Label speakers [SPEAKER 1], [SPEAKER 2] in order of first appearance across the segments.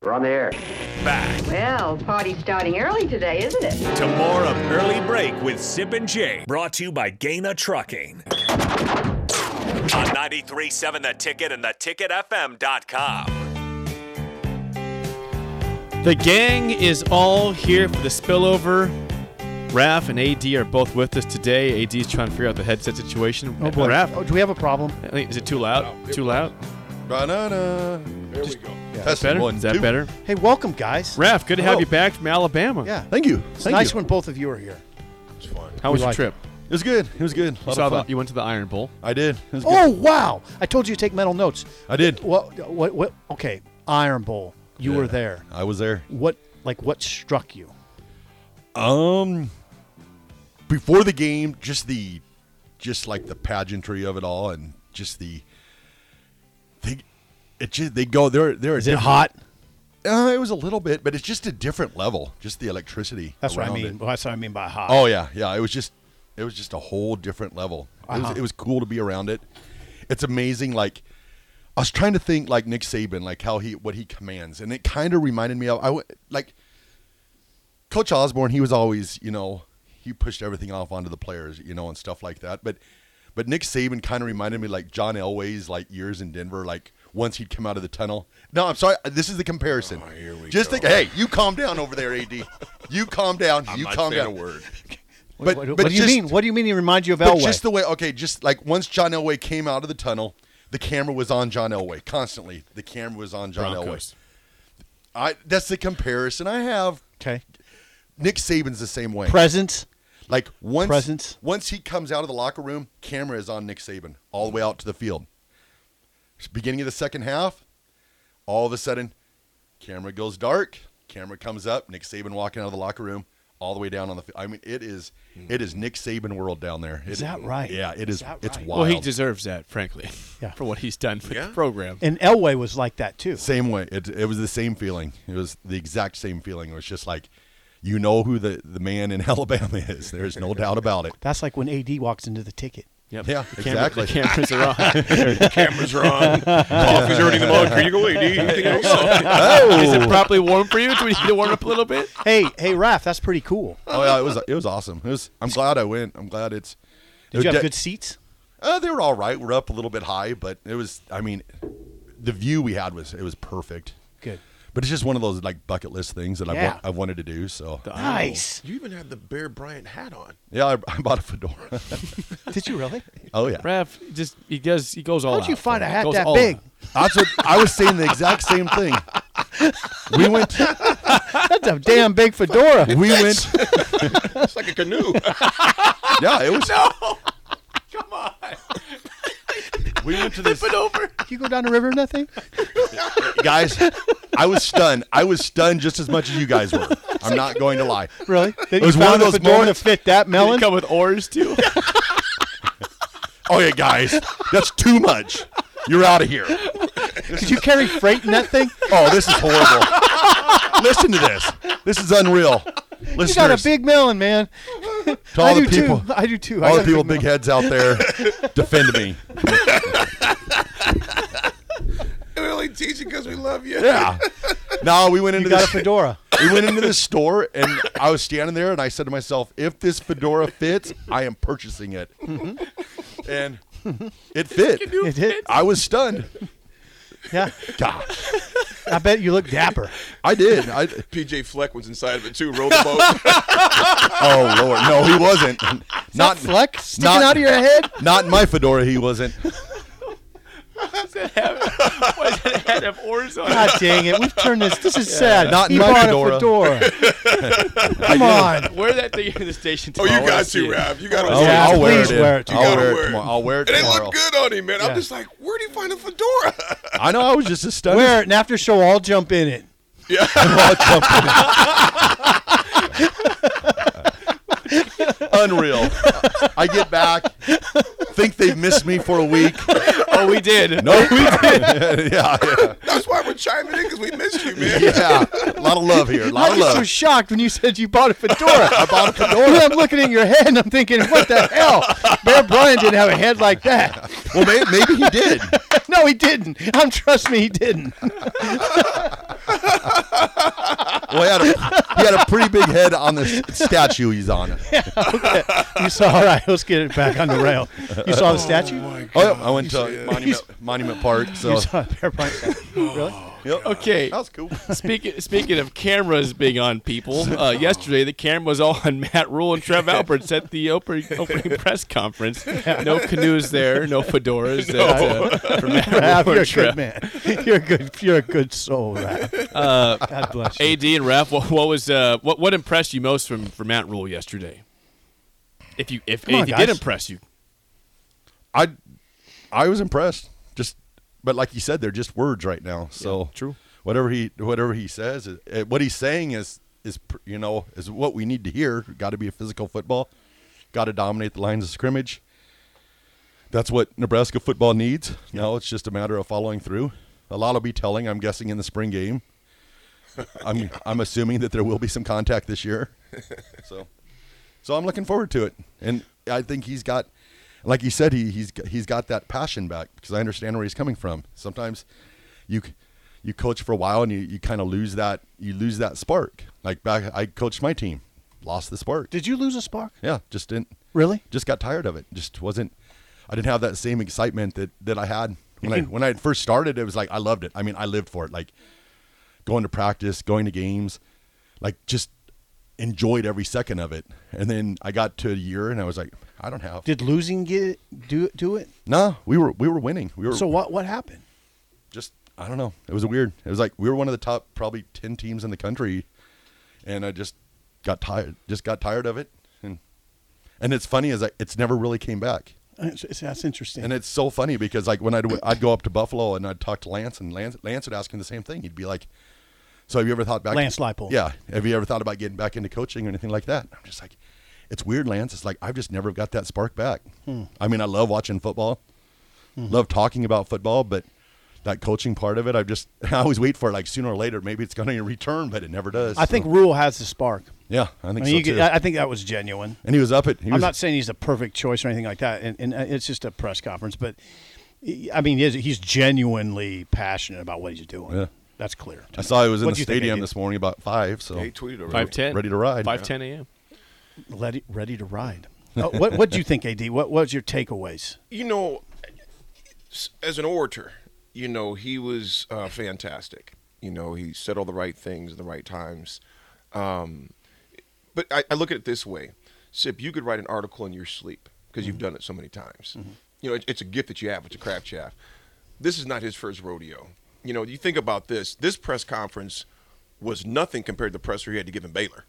[SPEAKER 1] We're on the air.
[SPEAKER 2] Back
[SPEAKER 3] Well, party's starting early today, isn't it?
[SPEAKER 2] to more of Early Break with Sip and Jay, brought to you by Gaina Trucking. On 93.7 The Ticket and theticketfm.com.
[SPEAKER 4] The gang is all here for the spillover. Raf and AD are both with us today. AD's trying to figure out the headset situation.
[SPEAKER 5] Oh boy.
[SPEAKER 4] Raf,
[SPEAKER 5] Oh, do we have a problem?
[SPEAKER 4] I think- is it too loud? too loud?
[SPEAKER 6] Banana. There we go. That's
[SPEAKER 4] Better?
[SPEAKER 6] One,
[SPEAKER 4] is that
[SPEAKER 6] two. Oh.
[SPEAKER 4] better?
[SPEAKER 5] Hey, welcome, guys.
[SPEAKER 4] Raf, good to have
[SPEAKER 6] Hello.
[SPEAKER 4] you back from Alabama.
[SPEAKER 5] Yeah.
[SPEAKER 6] Thank you.
[SPEAKER 5] It's
[SPEAKER 6] Thank
[SPEAKER 5] nice
[SPEAKER 6] you.
[SPEAKER 5] when both of you are here.
[SPEAKER 6] It's fun.
[SPEAKER 4] How was
[SPEAKER 5] We
[SPEAKER 4] your
[SPEAKER 5] like
[SPEAKER 4] trip?
[SPEAKER 6] It was good. It was good. A
[SPEAKER 4] You,
[SPEAKER 6] lot
[SPEAKER 4] saw
[SPEAKER 6] of
[SPEAKER 4] the,
[SPEAKER 6] fun.
[SPEAKER 4] you went to the Iron Bowl.
[SPEAKER 6] I did. It was
[SPEAKER 5] Oh
[SPEAKER 6] good.
[SPEAKER 5] wow! I told you to take mental notes.
[SPEAKER 6] I did.
[SPEAKER 5] What? What? What? Okay, Iron Bowl. You were
[SPEAKER 6] Yeah.
[SPEAKER 5] there.
[SPEAKER 6] I was there.
[SPEAKER 5] What? Like what struck you?
[SPEAKER 6] Um, before the game, just the, just like the pageantry of it all, and just the. They, it just they go there. There
[SPEAKER 5] Is it hot?
[SPEAKER 6] Uh, it was a little bit, but it's just a different level. Just the electricity.
[SPEAKER 5] That's what I
[SPEAKER 6] around
[SPEAKER 5] mean.
[SPEAKER 6] it.
[SPEAKER 5] Well, that's what I mean by hot.
[SPEAKER 6] Oh yeah, yeah. It was just, it was just a whole different level. It,
[SPEAKER 5] Uh-huh.
[SPEAKER 6] was, it was cool to be around it. It's amazing. Like, I was trying to think like Nick Saban, like how he what he commands, and it kind of reminded me of I w- like Coach Osborne. He was always, you know, he pushed everything off onto the players, you know, and stuff like that. But but Nick Saban kind of reminded me like John Elway's like years in Denver, like. Once he'd come out of the tunnel. No, I'm sorry. This is the comparison. Oh, here we Just think, hey, you calm down over there, AD. You calm down. you calm down. A word.
[SPEAKER 5] What-
[SPEAKER 6] but-
[SPEAKER 5] what,
[SPEAKER 6] but
[SPEAKER 5] what do you
[SPEAKER 6] just-
[SPEAKER 5] mean? What do you mean? He reminds you of
[SPEAKER 6] But
[SPEAKER 5] Elway?
[SPEAKER 6] just the way, okay, just like once John Elway came out of the tunnel, the camera was on John Elway constantly. The camera was on John
[SPEAKER 4] Broncos.
[SPEAKER 6] Elway. I that's the comparison I have.
[SPEAKER 5] okay.
[SPEAKER 6] Nick Saban's the same way.
[SPEAKER 5] Presence.
[SPEAKER 6] like once
[SPEAKER 5] presence.
[SPEAKER 6] once he comes out of the locker room, camera is on Nick Saban all the way out to the field. Beginning of the second half, all of a sudden, camera goes dark. Camera comes up. Nick Saban walking out of the locker room, all the way down on the. fi- I mean, it is it is Nick Saban world down there.
[SPEAKER 5] Is
[SPEAKER 6] It-
[SPEAKER 5] that right?
[SPEAKER 6] Yeah, it
[SPEAKER 5] Is
[SPEAKER 6] is.
[SPEAKER 5] that
[SPEAKER 6] It's
[SPEAKER 5] right?
[SPEAKER 6] wild.
[SPEAKER 4] Well, he deserves that, frankly,
[SPEAKER 5] Yeah.
[SPEAKER 4] for what he's done for the program.
[SPEAKER 5] And Elway was like that too.
[SPEAKER 6] Same way. It it was the same feeling. It was the exact same feeling. It was just like, you know who the the man in Alabama is. There's no doubt about it.
[SPEAKER 5] That's like when AD walks into the ticket.
[SPEAKER 4] Yep.
[SPEAKER 6] Yeah,
[SPEAKER 4] the camera-
[SPEAKER 6] exactly.
[SPEAKER 4] The cameras are on.
[SPEAKER 7] cameras are on. Coffee's already in the mug. Here you go, AD. Anything else?
[SPEAKER 6] Oh!
[SPEAKER 4] Is it properly warm for you? Do we need to warm up a little bit?
[SPEAKER 5] Hey, hey, Raph, that's pretty cool.
[SPEAKER 6] Oh yeah, it was it was awesome. It was. I'm glad I went. I'm glad it's.
[SPEAKER 5] Did you have
[SPEAKER 6] de-
[SPEAKER 5] good seats?
[SPEAKER 6] Uh, they were all right. We're up a little bit high, but it was. I mean, the view we had was it was perfect.
[SPEAKER 5] Good.
[SPEAKER 6] But it's just one of those like bucket list things that I've,
[SPEAKER 5] Yeah.
[SPEAKER 6] wa- I've wanted to do. So
[SPEAKER 5] Nice.
[SPEAKER 7] You even had the Bear Bryant hat on.
[SPEAKER 6] yeah, I, I bought a fedora.
[SPEAKER 5] Did you really?
[SPEAKER 6] oh yeah,
[SPEAKER 4] Raf just he does he goes all
[SPEAKER 5] How'd you
[SPEAKER 4] out for
[SPEAKER 5] find a
[SPEAKER 4] it.
[SPEAKER 5] hat
[SPEAKER 4] Goes
[SPEAKER 5] that
[SPEAKER 4] all
[SPEAKER 5] big?
[SPEAKER 4] out.
[SPEAKER 6] that's what I was saying. The exact same thing. We went.
[SPEAKER 5] That's a damn big fedora.
[SPEAKER 6] We went.
[SPEAKER 7] It's like a canoe.
[SPEAKER 6] Yeah, it was. No, come on. We went to this
[SPEAKER 5] You go down the river in that thing?
[SPEAKER 6] guys. I was stunned. I was stunned just as much as you guys were. I'm not going to lie.
[SPEAKER 5] Really? Then
[SPEAKER 6] It was
[SPEAKER 5] you
[SPEAKER 6] one
[SPEAKER 5] found
[SPEAKER 6] of
[SPEAKER 5] a
[SPEAKER 6] those
[SPEAKER 5] fedora
[SPEAKER 6] moments-
[SPEAKER 5] to fit that
[SPEAKER 4] Did
[SPEAKER 5] melon.
[SPEAKER 4] it come with oars too?
[SPEAKER 6] Oh yeah, guys, that's too much. You're out of here.
[SPEAKER 5] Did you carry freight in that thing?
[SPEAKER 6] Oh, this is horrible. Listen to this. This is unreal. Listeners,
[SPEAKER 5] You got a big melon, man.
[SPEAKER 6] to all
[SPEAKER 5] I
[SPEAKER 6] the
[SPEAKER 5] do
[SPEAKER 6] people,
[SPEAKER 5] too. I do too. I
[SPEAKER 6] all
[SPEAKER 5] got
[SPEAKER 6] the
[SPEAKER 5] a
[SPEAKER 6] people,
[SPEAKER 5] big
[SPEAKER 6] big heads out there, defend me.
[SPEAKER 7] we only teach you because we love you.
[SPEAKER 6] Yeah. No, we went
[SPEAKER 5] melon. You
[SPEAKER 6] into
[SPEAKER 5] got a
[SPEAKER 6] this-
[SPEAKER 5] fedora.
[SPEAKER 6] we went into the store and I was standing there and I said to myself, if this fedora fits, I am purchasing it.
[SPEAKER 7] Mm-hmm.
[SPEAKER 6] And it fit.
[SPEAKER 5] It hit.
[SPEAKER 6] I was stunned.
[SPEAKER 5] Yeah.
[SPEAKER 6] Gosh,
[SPEAKER 5] I bet you look dapper.
[SPEAKER 6] I did. I,
[SPEAKER 7] PJ Fleck was inside of it too. Rowed the boat.
[SPEAKER 6] oh Lord, no, he wasn't. not
[SPEAKER 5] Fleck sticking
[SPEAKER 6] not-
[SPEAKER 5] out of your head.
[SPEAKER 6] Not in my fedora, he wasn't.
[SPEAKER 4] Why does that hat have oars on it?
[SPEAKER 5] God dang it. We've turned this. This is sad.
[SPEAKER 6] Not
[SPEAKER 5] he
[SPEAKER 6] my
[SPEAKER 5] bought a
[SPEAKER 6] fedora.
[SPEAKER 5] fedora. Come on.
[SPEAKER 4] Wear that thing in the station
[SPEAKER 7] Oh,
[SPEAKER 4] tomorrow.
[SPEAKER 7] you
[SPEAKER 4] I wanna
[SPEAKER 7] got
[SPEAKER 4] see
[SPEAKER 7] to,
[SPEAKER 4] it.
[SPEAKER 7] Rap. You got to.
[SPEAKER 5] Oh, yeah,
[SPEAKER 6] I'll wear
[SPEAKER 5] please
[SPEAKER 6] it. in.
[SPEAKER 5] wear it. You
[SPEAKER 6] I'll
[SPEAKER 7] gotta
[SPEAKER 6] wear
[SPEAKER 7] wear
[SPEAKER 6] it
[SPEAKER 7] it.
[SPEAKER 6] tomorrow. I'll wear it
[SPEAKER 7] And it
[SPEAKER 6] tomorrow.
[SPEAKER 7] looked good on him, man.
[SPEAKER 5] Yeah.
[SPEAKER 7] I'm just like, where do you find a fedora?
[SPEAKER 6] I know. I was just as stunned.
[SPEAKER 5] Wear it, and after show, I'll jump in it.
[SPEAKER 6] Unreal. I get back. Think they've missed me for a week.
[SPEAKER 4] Oh, we did.
[SPEAKER 6] No, we did. yeah, yeah,
[SPEAKER 7] That's why we're chiming in because we missed you, man.
[SPEAKER 6] yeah. A lot of love here. A
[SPEAKER 5] I
[SPEAKER 6] lot
[SPEAKER 5] was
[SPEAKER 6] of love.
[SPEAKER 5] so shocked when you said you bought a fedora.
[SPEAKER 6] I bought a
[SPEAKER 5] And
[SPEAKER 6] fedora.
[SPEAKER 5] I'm looking at your head and I'm thinking, what the hell? Bear Bryant didn't have a head like that.
[SPEAKER 6] Well, maybe, maybe he did.
[SPEAKER 5] No, he didn't. I'm trust me, he didn't.
[SPEAKER 6] Well, he had, a, he had a pretty big head on this statue he's on.
[SPEAKER 5] You saw. All right, let's get it back on the rail. You saw the statue.
[SPEAKER 6] Oh, yeah, I went to
[SPEAKER 7] He's-
[SPEAKER 6] Monument, Monument Park. So
[SPEAKER 5] You saw the Bear Bryant statue. Really?
[SPEAKER 6] Yep.
[SPEAKER 4] Okay.
[SPEAKER 6] that was cool.
[SPEAKER 4] Speaking speaking of cameras being on people, uh, yesterday the camera was all on Matt Rule and Trev Alberts at the opening, opening press conference. No canoes there, no fedoras. That, uh, for Matt
[SPEAKER 5] Raph,
[SPEAKER 4] Rule
[SPEAKER 5] you're a
[SPEAKER 4] and Trev.
[SPEAKER 5] good man. You're a good. You're a good soul, Raph.
[SPEAKER 6] Uh,
[SPEAKER 5] God bless you.
[SPEAKER 4] Ad and Raf, what, what was uh, what what impressed you most from from Matt Rule yesterday? If you if
[SPEAKER 5] Come on,
[SPEAKER 4] anything did
[SPEAKER 5] guys.
[SPEAKER 4] impress you,
[SPEAKER 6] I, I was impressed. Just, but like you said, they're just words right now. So
[SPEAKER 4] true.
[SPEAKER 6] Whatever he whatever he says, it- it- what he's saying is is pr- you know is what we need to hear. Got to be a physical football. Got to dominate the lines of scrimmage. That's what Nebraska football needs. Now it's just a matter of following through. A lot will be telling. I'm guessing in the spring game. I'm I'm assuming that there will be some contact this year. So. So I'm looking forward to it, and I think he's got, like you said, he he's he's got that passion back because I understand where he's coming from. Sometimes, you c- you coach for a while and you, you kind of lose that you lose that spark. Like back, I coached my team, lost the spark.
[SPEAKER 5] Did you lose a spark?
[SPEAKER 6] yeah, just didn't
[SPEAKER 5] Really?
[SPEAKER 6] just got tired of it. Just wasn't. I didn't have that same excitement that that I had when I when I had first started. It was like I loved it. I mean, I lived for it. Like going to practice, going to games, like just enjoyed every second of it. And then I got to a year, and I was like, I don't have.
[SPEAKER 5] Did losing get it, do do it?
[SPEAKER 6] no, we were we were winning. We were
[SPEAKER 5] So what what happened?
[SPEAKER 6] just I don't know. It was weird. It was like we were one of the top probably ten teams in the country, and I just got tired. Just got tired of it. And and it's funny is like it's never really came back.
[SPEAKER 5] It's- it's- that's interesting.
[SPEAKER 6] And it's so funny because like when I'd I'd go up to Buffalo and I'd talk to Lance and Lance Lance would ask him the same thing. He'd be like, "So have you ever thought back?"
[SPEAKER 5] Lance Leipold.
[SPEAKER 6] Yeah. Have you ever thought about getting back into coaching or anything like that? I'm just like, it's weird, Lance. It's like I've just never got that spark back.
[SPEAKER 5] Hmm.
[SPEAKER 6] I mean, I love watching football, love talking about football, but that coaching part of it, I just I always wait for it. Like sooner or later, maybe it's going to return, but it never does.
[SPEAKER 5] I think
[SPEAKER 6] So,
[SPEAKER 5] Rule has the spark.
[SPEAKER 6] uh, yeah, I
[SPEAKER 5] I mean,
[SPEAKER 6] think so
[SPEAKER 5] you
[SPEAKER 6] too.
[SPEAKER 5] could, I I think that was genuine.
[SPEAKER 6] and he was up at. He
[SPEAKER 5] I'm
[SPEAKER 6] was,
[SPEAKER 5] not saying he's the perfect choice or anything like that, and, and uh, it's just a press conference. But he- I mean, he is- he's genuinely passionate about what he's doing.
[SPEAKER 6] Yeah.
[SPEAKER 5] That's clear. to
[SPEAKER 6] I
[SPEAKER 5] me.
[SPEAKER 6] saw he was in
[SPEAKER 5] What'd
[SPEAKER 6] the
[SPEAKER 5] you think,
[SPEAKER 6] stadium
[SPEAKER 5] Andy?
[SPEAKER 6] this morning about five. So
[SPEAKER 7] He tweeted already.
[SPEAKER 4] five ten,
[SPEAKER 6] Ready to ride.
[SPEAKER 4] five ten a.m.
[SPEAKER 5] Ready, ready to ride. Uh, what What do you think, Ad? What What's your takeaways?
[SPEAKER 7] You know, s- as an orator, you know he was uh, fantastic. You know he said all the right things at the right times. Um, but I, I look at it this way, Sip. You could write an article in your sleep because you've done it so many times. You know, it, it's a gift that you have. It's a craft you have. This is not his first rodeo. You know, you think about this. This press conference was nothing compared to the presser he had to give in Baylor.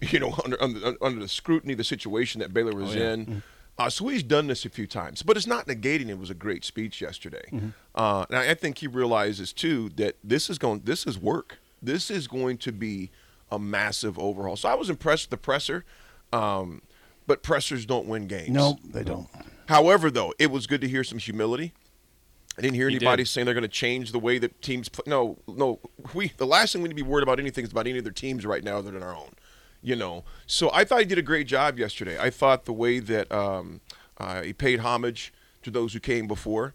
[SPEAKER 7] You know, under under, under the scrutiny, the situation that Baylor was in. Uh, so he's done this a few times, but it's not negating. It was a great speech yesterday, uh, and I, I think he realizes too that this is going. This is work. This is going to be a massive overhaul. So I was impressed with the presser, um, but pressers don't win games.
[SPEAKER 5] No, they don't.
[SPEAKER 7] However, though, it was good to hear some humility. I didn't hear
[SPEAKER 4] He
[SPEAKER 7] anybody
[SPEAKER 4] did.
[SPEAKER 7] saying they're going to change the way that teams play. No, no. We the last thing we need to be worried about anything is about any of their teams right now other than our own. You know. So I thought he did a great job yesterday. I thought the way that um, uh, he paid homage to those who came before.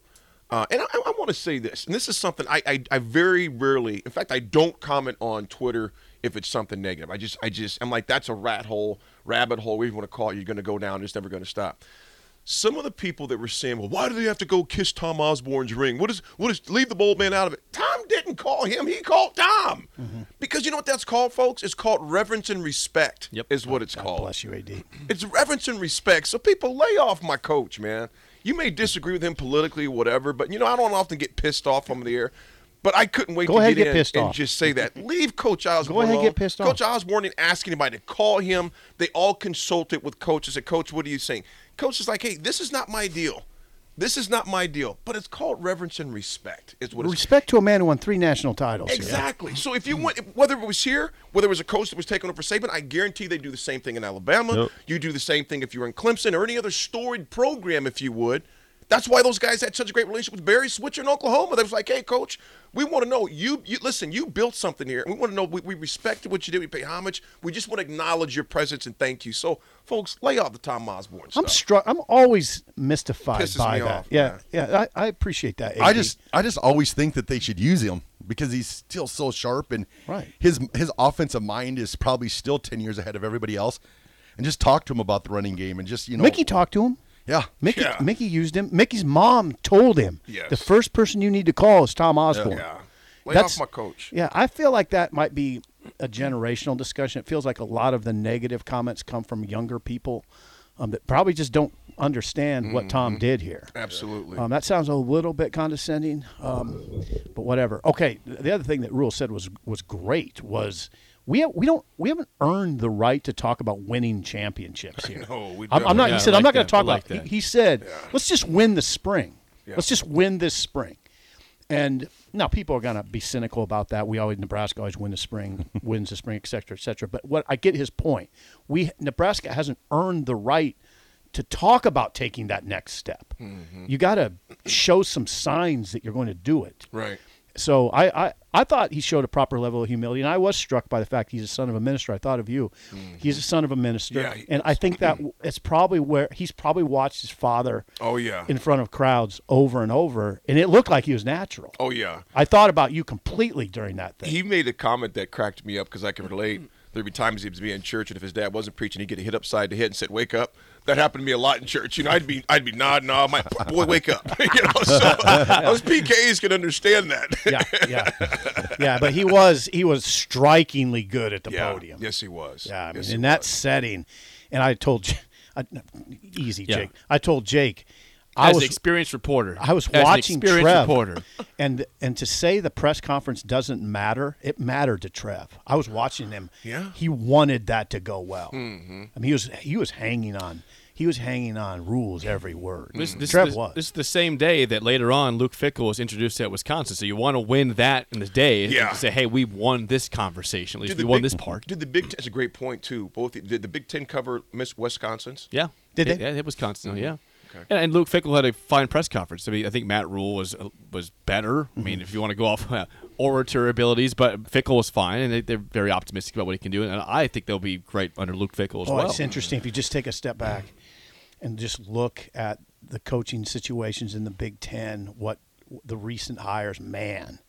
[SPEAKER 7] Uh, and I, I want to say this, and this is something I, I, I very rarely, in fact, I don't comment on Twitter if it's something negative. I just, I just, I'm like, that's a rat hole, rabbit hole, whatever you want to call it. You're going to go down. It's never going to stop some of the people that were saying, "Well, why do they have to go kiss Tom Osborne's ring? What is what is leave the bold man out of it?" Tom didn't call him; he called Tom because you know what that's called, folks. It's called reverence and respect.
[SPEAKER 4] Yep.
[SPEAKER 7] is what it's called.
[SPEAKER 5] Bless you, Ad.
[SPEAKER 7] It's reverence and respect. So people lay off my coach, man. You may disagree with him politically, whatever, but you know I don't often get pissed off on the air. But I couldn't wait
[SPEAKER 5] Go
[SPEAKER 7] to
[SPEAKER 5] ahead,
[SPEAKER 7] get,
[SPEAKER 5] get
[SPEAKER 7] in
[SPEAKER 5] pissed
[SPEAKER 7] and
[SPEAKER 5] off.
[SPEAKER 7] just say that. Leave Coach Osborne.
[SPEAKER 5] ahead,
[SPEAKER 7] alone.
[SPEAKER 5] get pissed off.
[SPEAKER 7] Coach Osborne didn't ask anybody to call him. They all consulted with Coach and said, Coach, what are you saying? Coach is like, hey, this is not my deal. This is not my deal. But it's called reverence and respect. It's what it's
[SPEAKER 5] Respect to a man who won three national titles. here.
[SPEAKER 7] Exactly. So if you went, whether it was here, whether it was a coach that was taking over for Saban, I guarantee they do the same thing in Alabama. You do the same thing if you were in Clemson or any other storied program, if you would. That's why those guys had such a great relationship with Barry Switzer in Oklahoma. They was like, "Hey, coach, we want to know you. You listen. You built something here. We want to know. We, we respected what you did. We pay homage. We just want to acknowledge your presence and thank you." So, folks, lay off the Tom Osborne
[SPEAKER 5] I'm
[SPEAKER 7] stuff.
[SPEAKER 5] struck. I'm always mystified
[SPEAKER 7] Pisses
[SPEAKER 5] by
[SPEAKER 7] me
[SPEAKER 5] that.
[SPEAKER 7] off,
[SPEAKER 5] yeah, yeah. I, I appreciate that.
[SPEAKER 6] I
[SPEAKER 5] AD.
[SPEAKER 6] just I just always think that they should use him because he's still so sharp and
[SPEAKER 5] Right.
[SPEAKER 6] his his offensive mind is probably still ten years ahead of everybody else. And just talk to him about the running game and just you know
[SPEAKER 5] Mickey talked to him.
[SPEAKER 6] Yeah.
[SPEAKER 5] Mickey,
[SPEAKER 7] Yeah.
[SPEAKER 5] Mickey used him. Mickey's mom told him
[SPEAKER 7] Yes.
[SPEAKER 5] the first person you need to call is Tom Osborne.
[SPEAKER 7] yeah. Lay off my coach.
[SPEAKER 5] Yeah, I feel like that might be a generational discussion. It feels like a lot of the negative comments come from younger people um, that probably just don't understand what Tom did here.
[SPEAKER 7] Mm-hmm. Absolutely.
[SPEAKER 5] Um, that sounds a little bit condescending, um, but whatever. Okay, th- the other thing that Rule said was was great was we have, we don't we haven't earned the right to talk about winning championships here.
[SPEAKER 7] No, we
[SPEAKER 5] I'm,
[SPEAKER 4] don't.
[SPEAKER 5] I'm not.
[SPEAKER 4] Yeah,
[SPEAKER 5] he
[SPEAKER 4] I
[SPEAKER 5] said I'm
[SPEAKER 4] like
[SPEAKER 5] not going
[SPEAKER 4] that.
[SPEAKER 5] to talk
[SPEAKER 4] I like
[SPEAKER 5] about. it."
[SPEAKER 4] that.
[SPEAKER 5] He, he said, let's just win the spring.
[SPEAKER 7] Yeah.
[SPEAKER 5] Let's just win this spring. And now people are going to be cynical about that. We always Nebraska always win the spring, wins the spring, et cetera, et cetera. But what I get his point. We Nebraska hasn't earned the right to talk about taking that next step.
[SPEAKER 7] Mm-hmm.
[SPEAKER 5] You got to show some signs that you're going to do it.
[SPEAKER 7] right.
[SPEAKER 5] So I, I, I thought he showed a proper level of humility, and I was struck by the fact he's a son of a minister. I thought of you. He's a son of a minister,
[SPEAKER 7] Mm-hmm. Yeah, he Mm-hmm.
[SPEAKER 5] and I think that w- it's probably where he's probably watched his father
[SPEAKER 7] Oh yeah.
[SPEAKER 5] in front of crowds over and over, and it looked like he was natural.
[SPEAKER 7] oh yeah.
[SPEAKER 5] I thought about you completely during that thing.
[SPEAKER 7] He made a comment that cracked me up because I can relate. There'd be times he'd be in church, and if his dad wasn't preaching, he'd get hit upside the head and said, "Wake up." That happened to me a lot in church. You know, I'd be I'd be nodding off, my boy, wake up. you know, so those PKs can understand that.
[SPEAKER 5] yeah, yeah, yeah. But he was he was strikingly good at the
[SPEAKER 7] Yeah.
[SPEAKER 5] podium.
[SPEAKER 7] Yes, he was.
[SPEAKER 5] Yeah, I mean,
[SPEAKER 7] Yes, he
[SPEAKER 5] in that
[SPEAKER 7] was.
[SPEAKER 5] setting, and I told, J- I, easy,
[SPEAKER 4] Yeah.
[SPEAKER 5] Jake. I told Jake, I
[SPEAKER 4] As an
[SPEAKER 5] was
[SPEAKER 4] experienced reporter,
[SPEAKER 5] I was
[SPEAKER 4] As an
[SPEAKER 5] watching
[SPEAKER 4] experienced
[SPEAKER 5] Trev,
[SPEAKER 4] reporter.
[SPEAKER 5] and and to say the press conference doesn't matter, it mattered to Trev. I was watching him.
[SPEAKER 7] Yeah. Mm-hmm.
[SPEAKER 5] he wanted that to go well. I mean, he was he was hanging on. He was hanging on rules every word.
[SPEAKER 7] Mm.
[SPEAKER 4] This, this,
[SPEAKER 5] Trev
[SPEAKER 4] this,
[SPEAKER 5] was.
[SPEAKER 4] this is the same day that later on Luke Fickle was introduced at Wisconsin. So you want to win that in the day. and
[SPEAKER 7] Yeah.
[SPEAKER 4] Say, hey, we won this conversation. At least
[SPEAKER 7] Did
[SPEAKER 4] we
[SPEAKER 7] the
[SPEAKER 4] won
[SPEAKER 7] Big-
[SPEAKER 4] this part.
[SPEAKER 7] Did the Big Ten? That's a great point too. Both did the Big Ten cover Miss Wisconsin's?
[SPEAKER 4] Yeah.
[SPEAKER 5] Did
[SPEAKER 4] yeah,
[SPEAKER 5] they?
[SPEAKER 4] Yeah, it was constant.
[SPEAKER 7] Mm-hmm.
[SPEAKER 4] Yeah. And, and Luke Fickle had a fine press conference. I mean, I think Matt Rule was uh, was better. I
[SPEAKER 5] Mm-hmm.
[SPEAKER 4] mean, if you want to go off uh, orator abilities, but Fickle was fine, and they, they're very optimistic about what he can do. And I think they'll be great under Luke Fickle as
[SPEAKER 5] oh,
[SPEAKER 4] well.
[SPEAKER 5] it's interesting if you just take a step back and just look at the coaching situations in the Big Ten. What the recent hires, man,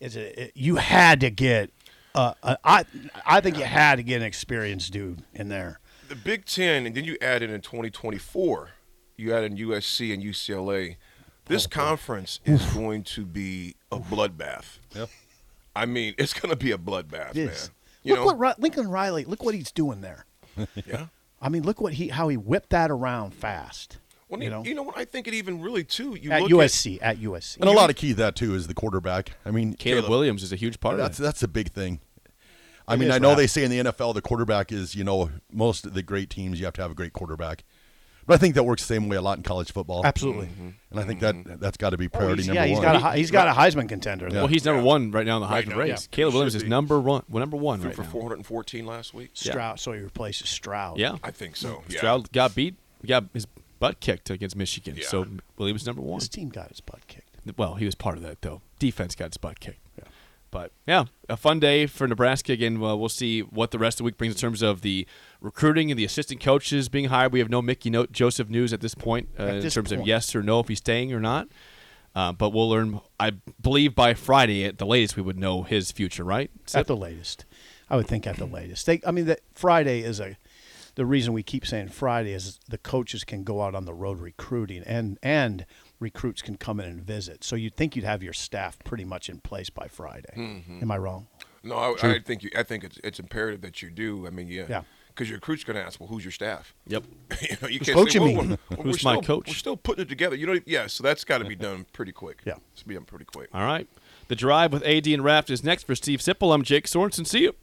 [SPEAKER 5] is it, it- you had to get. Uh, a- I I think you had to get an experienced dude in there.
[SPEAKER 7] The Big Ten, and then you add in in 2024, you add in USC and UCLA.
[SPEAKER 5] Oh,
[SPEAKER 7] This conference is going to be a bloodbath.
[SPEAKER 6] Yeah.
[SPEAKER 7] I mean, it's going to be a bloodbath, man.
[SPEAKER 5] Yes.
[SPEAKER 7] You
[SPEAKER 5] look
[SPEAKER 7] know,
[SPEAKER 5] what Ri- Lincoln Riley. Look what he's doing there.
[SPEAKER 7] yeah.
[SPEAKER 5] I mean, look what he how he whipped that around fast.
[SPEAKER 7] Well,
[SPEAKER 5] you know,
[SPEAKER 7] what I think it even really too. You
[SPEAKER 5] at
[SPEAKER 7] look
[SPEAKER 5] USC, at USC.
[SPEAKER 6] and a lot of key to that too is the quarterback. I mean
[SPEAKER 4] Caleb, Williams is a huge part
[SPEAKER 6] that's
[SPEAKER 4] of
[SPEAKER 6] that's a big thing. I
[SPEAKER 5] It
[SPEAKER 6] mean,
[SPEAKER 5] is
[SPEAKER 6] I know
[SPEAKER 5] what
[SPEAKER 6] they say in the NFL the quarterback is, you know, most of the great teams you have to have a great quarterback. But I think that works the same way a lot in college football.
[SPEAKER 5] Absolutely.
[SPEAKER 6] And I think that that's got to be
[SPEAKER 5] Oh,
[SPEAKER 6] priority
[SPEAKER 5] he's-
[SPEAKER 6] number
[SPEAKER 5] yeah, he's
[SPEAKER 6] one.
[SPEAKER 5] got a Hei- he's got a Heisman contender.
[SPEAKER 4] it.
[SPEAKER 5] there.
[SPEAKER 4] Well, he's number one right now in the Heisman
[SPEAKER 7] Right now,
[SPEAKER 4] race.
[SPEAKER 7] yeah.
[SPEAKER 4] Caleb
[SPEAKER 7] Should
[SPEAKER 4] Williams is
[SPEAKER 7] be.
[SPEAKER 4] number one. Well, number one
[SPEAKER 7] at
[SPEAKER 4] right
[SPEAKER 7] for
[SPEAKER 4] now.
[SPEAKER 7] 414 last week.
[SPEAKER 5] Stroud, so he replaces Stroud.
[SPEAKER 4] Yeah.
[SPEAKER 7] I think so. Yeah.
[SPEAKER 4] Stroud got beat. Got his butt kicked against Michigan. So Williams number one.
[SPEAKER 5] his team got his butt kicked.
[SPEAKER 4] well, he was part of that though. Defense got his butt kicked. But yeah, a fun day for Nebraska. Again, well, we'll see what the rest of the week brings in terms of the recruiting and the assistant coaches being hired. We have no Mickey no- Joseph news at this point uh,
[SPEAKER 5] At
[SPEAKER 4] in
[SPEAKER 5] this
[SPEAKER 4] terms of
[SPEAKER 5] point.
[SPEAKER 4] yes or no if he's staying or not. Uh, but we'll learn, I believe, by Friday at the latest, we would know his future, right?
[SPEAKER 5] At the latest, I would think at the latest. They, I mean, that Friday is a. The reason we keep saying Friday is the coaches can go out on the road recruiting, and and recruits can come in and visit. So you'd think you'd have your staff pretty much in place by Friday. Am I wrong?
[SPEAKER 7] No, I, I think you. I think it's it's imperative that you do. I mean, yeah.
[SPEAKER 5] Yeah.
[SPEAKER 7] Because your recruit's going to ask, well, who's your staff?
[SPEAKER 4] Yep.
[SPEAKER 7] you know, you
[SPEAKER 5] Who's
[SPEAKER 7] can't
[SPEAKER 5] coaching
[SPEAKER 7] say,
[SPEAKER 5] me?
[SPEAKER 7] well, we're- we're-
[SPEAKER 4] Who's
[SPEAKER 7] we're
[SPEAKER 4] my
[SPEAKER 7] still-
[SPEAKER 4] coach?
[SPEAKER 7] We're still putting it together. You know, yeah. So that's got to be done pretty quick.
[SPEAKER 5] Yeah.
[SPEAKER 7] it's be done pretty quick.
[SPEAKER 4] All right. The drive with AD and Raft is next for Steve Sipple. I'm Jake Sorensen. See you.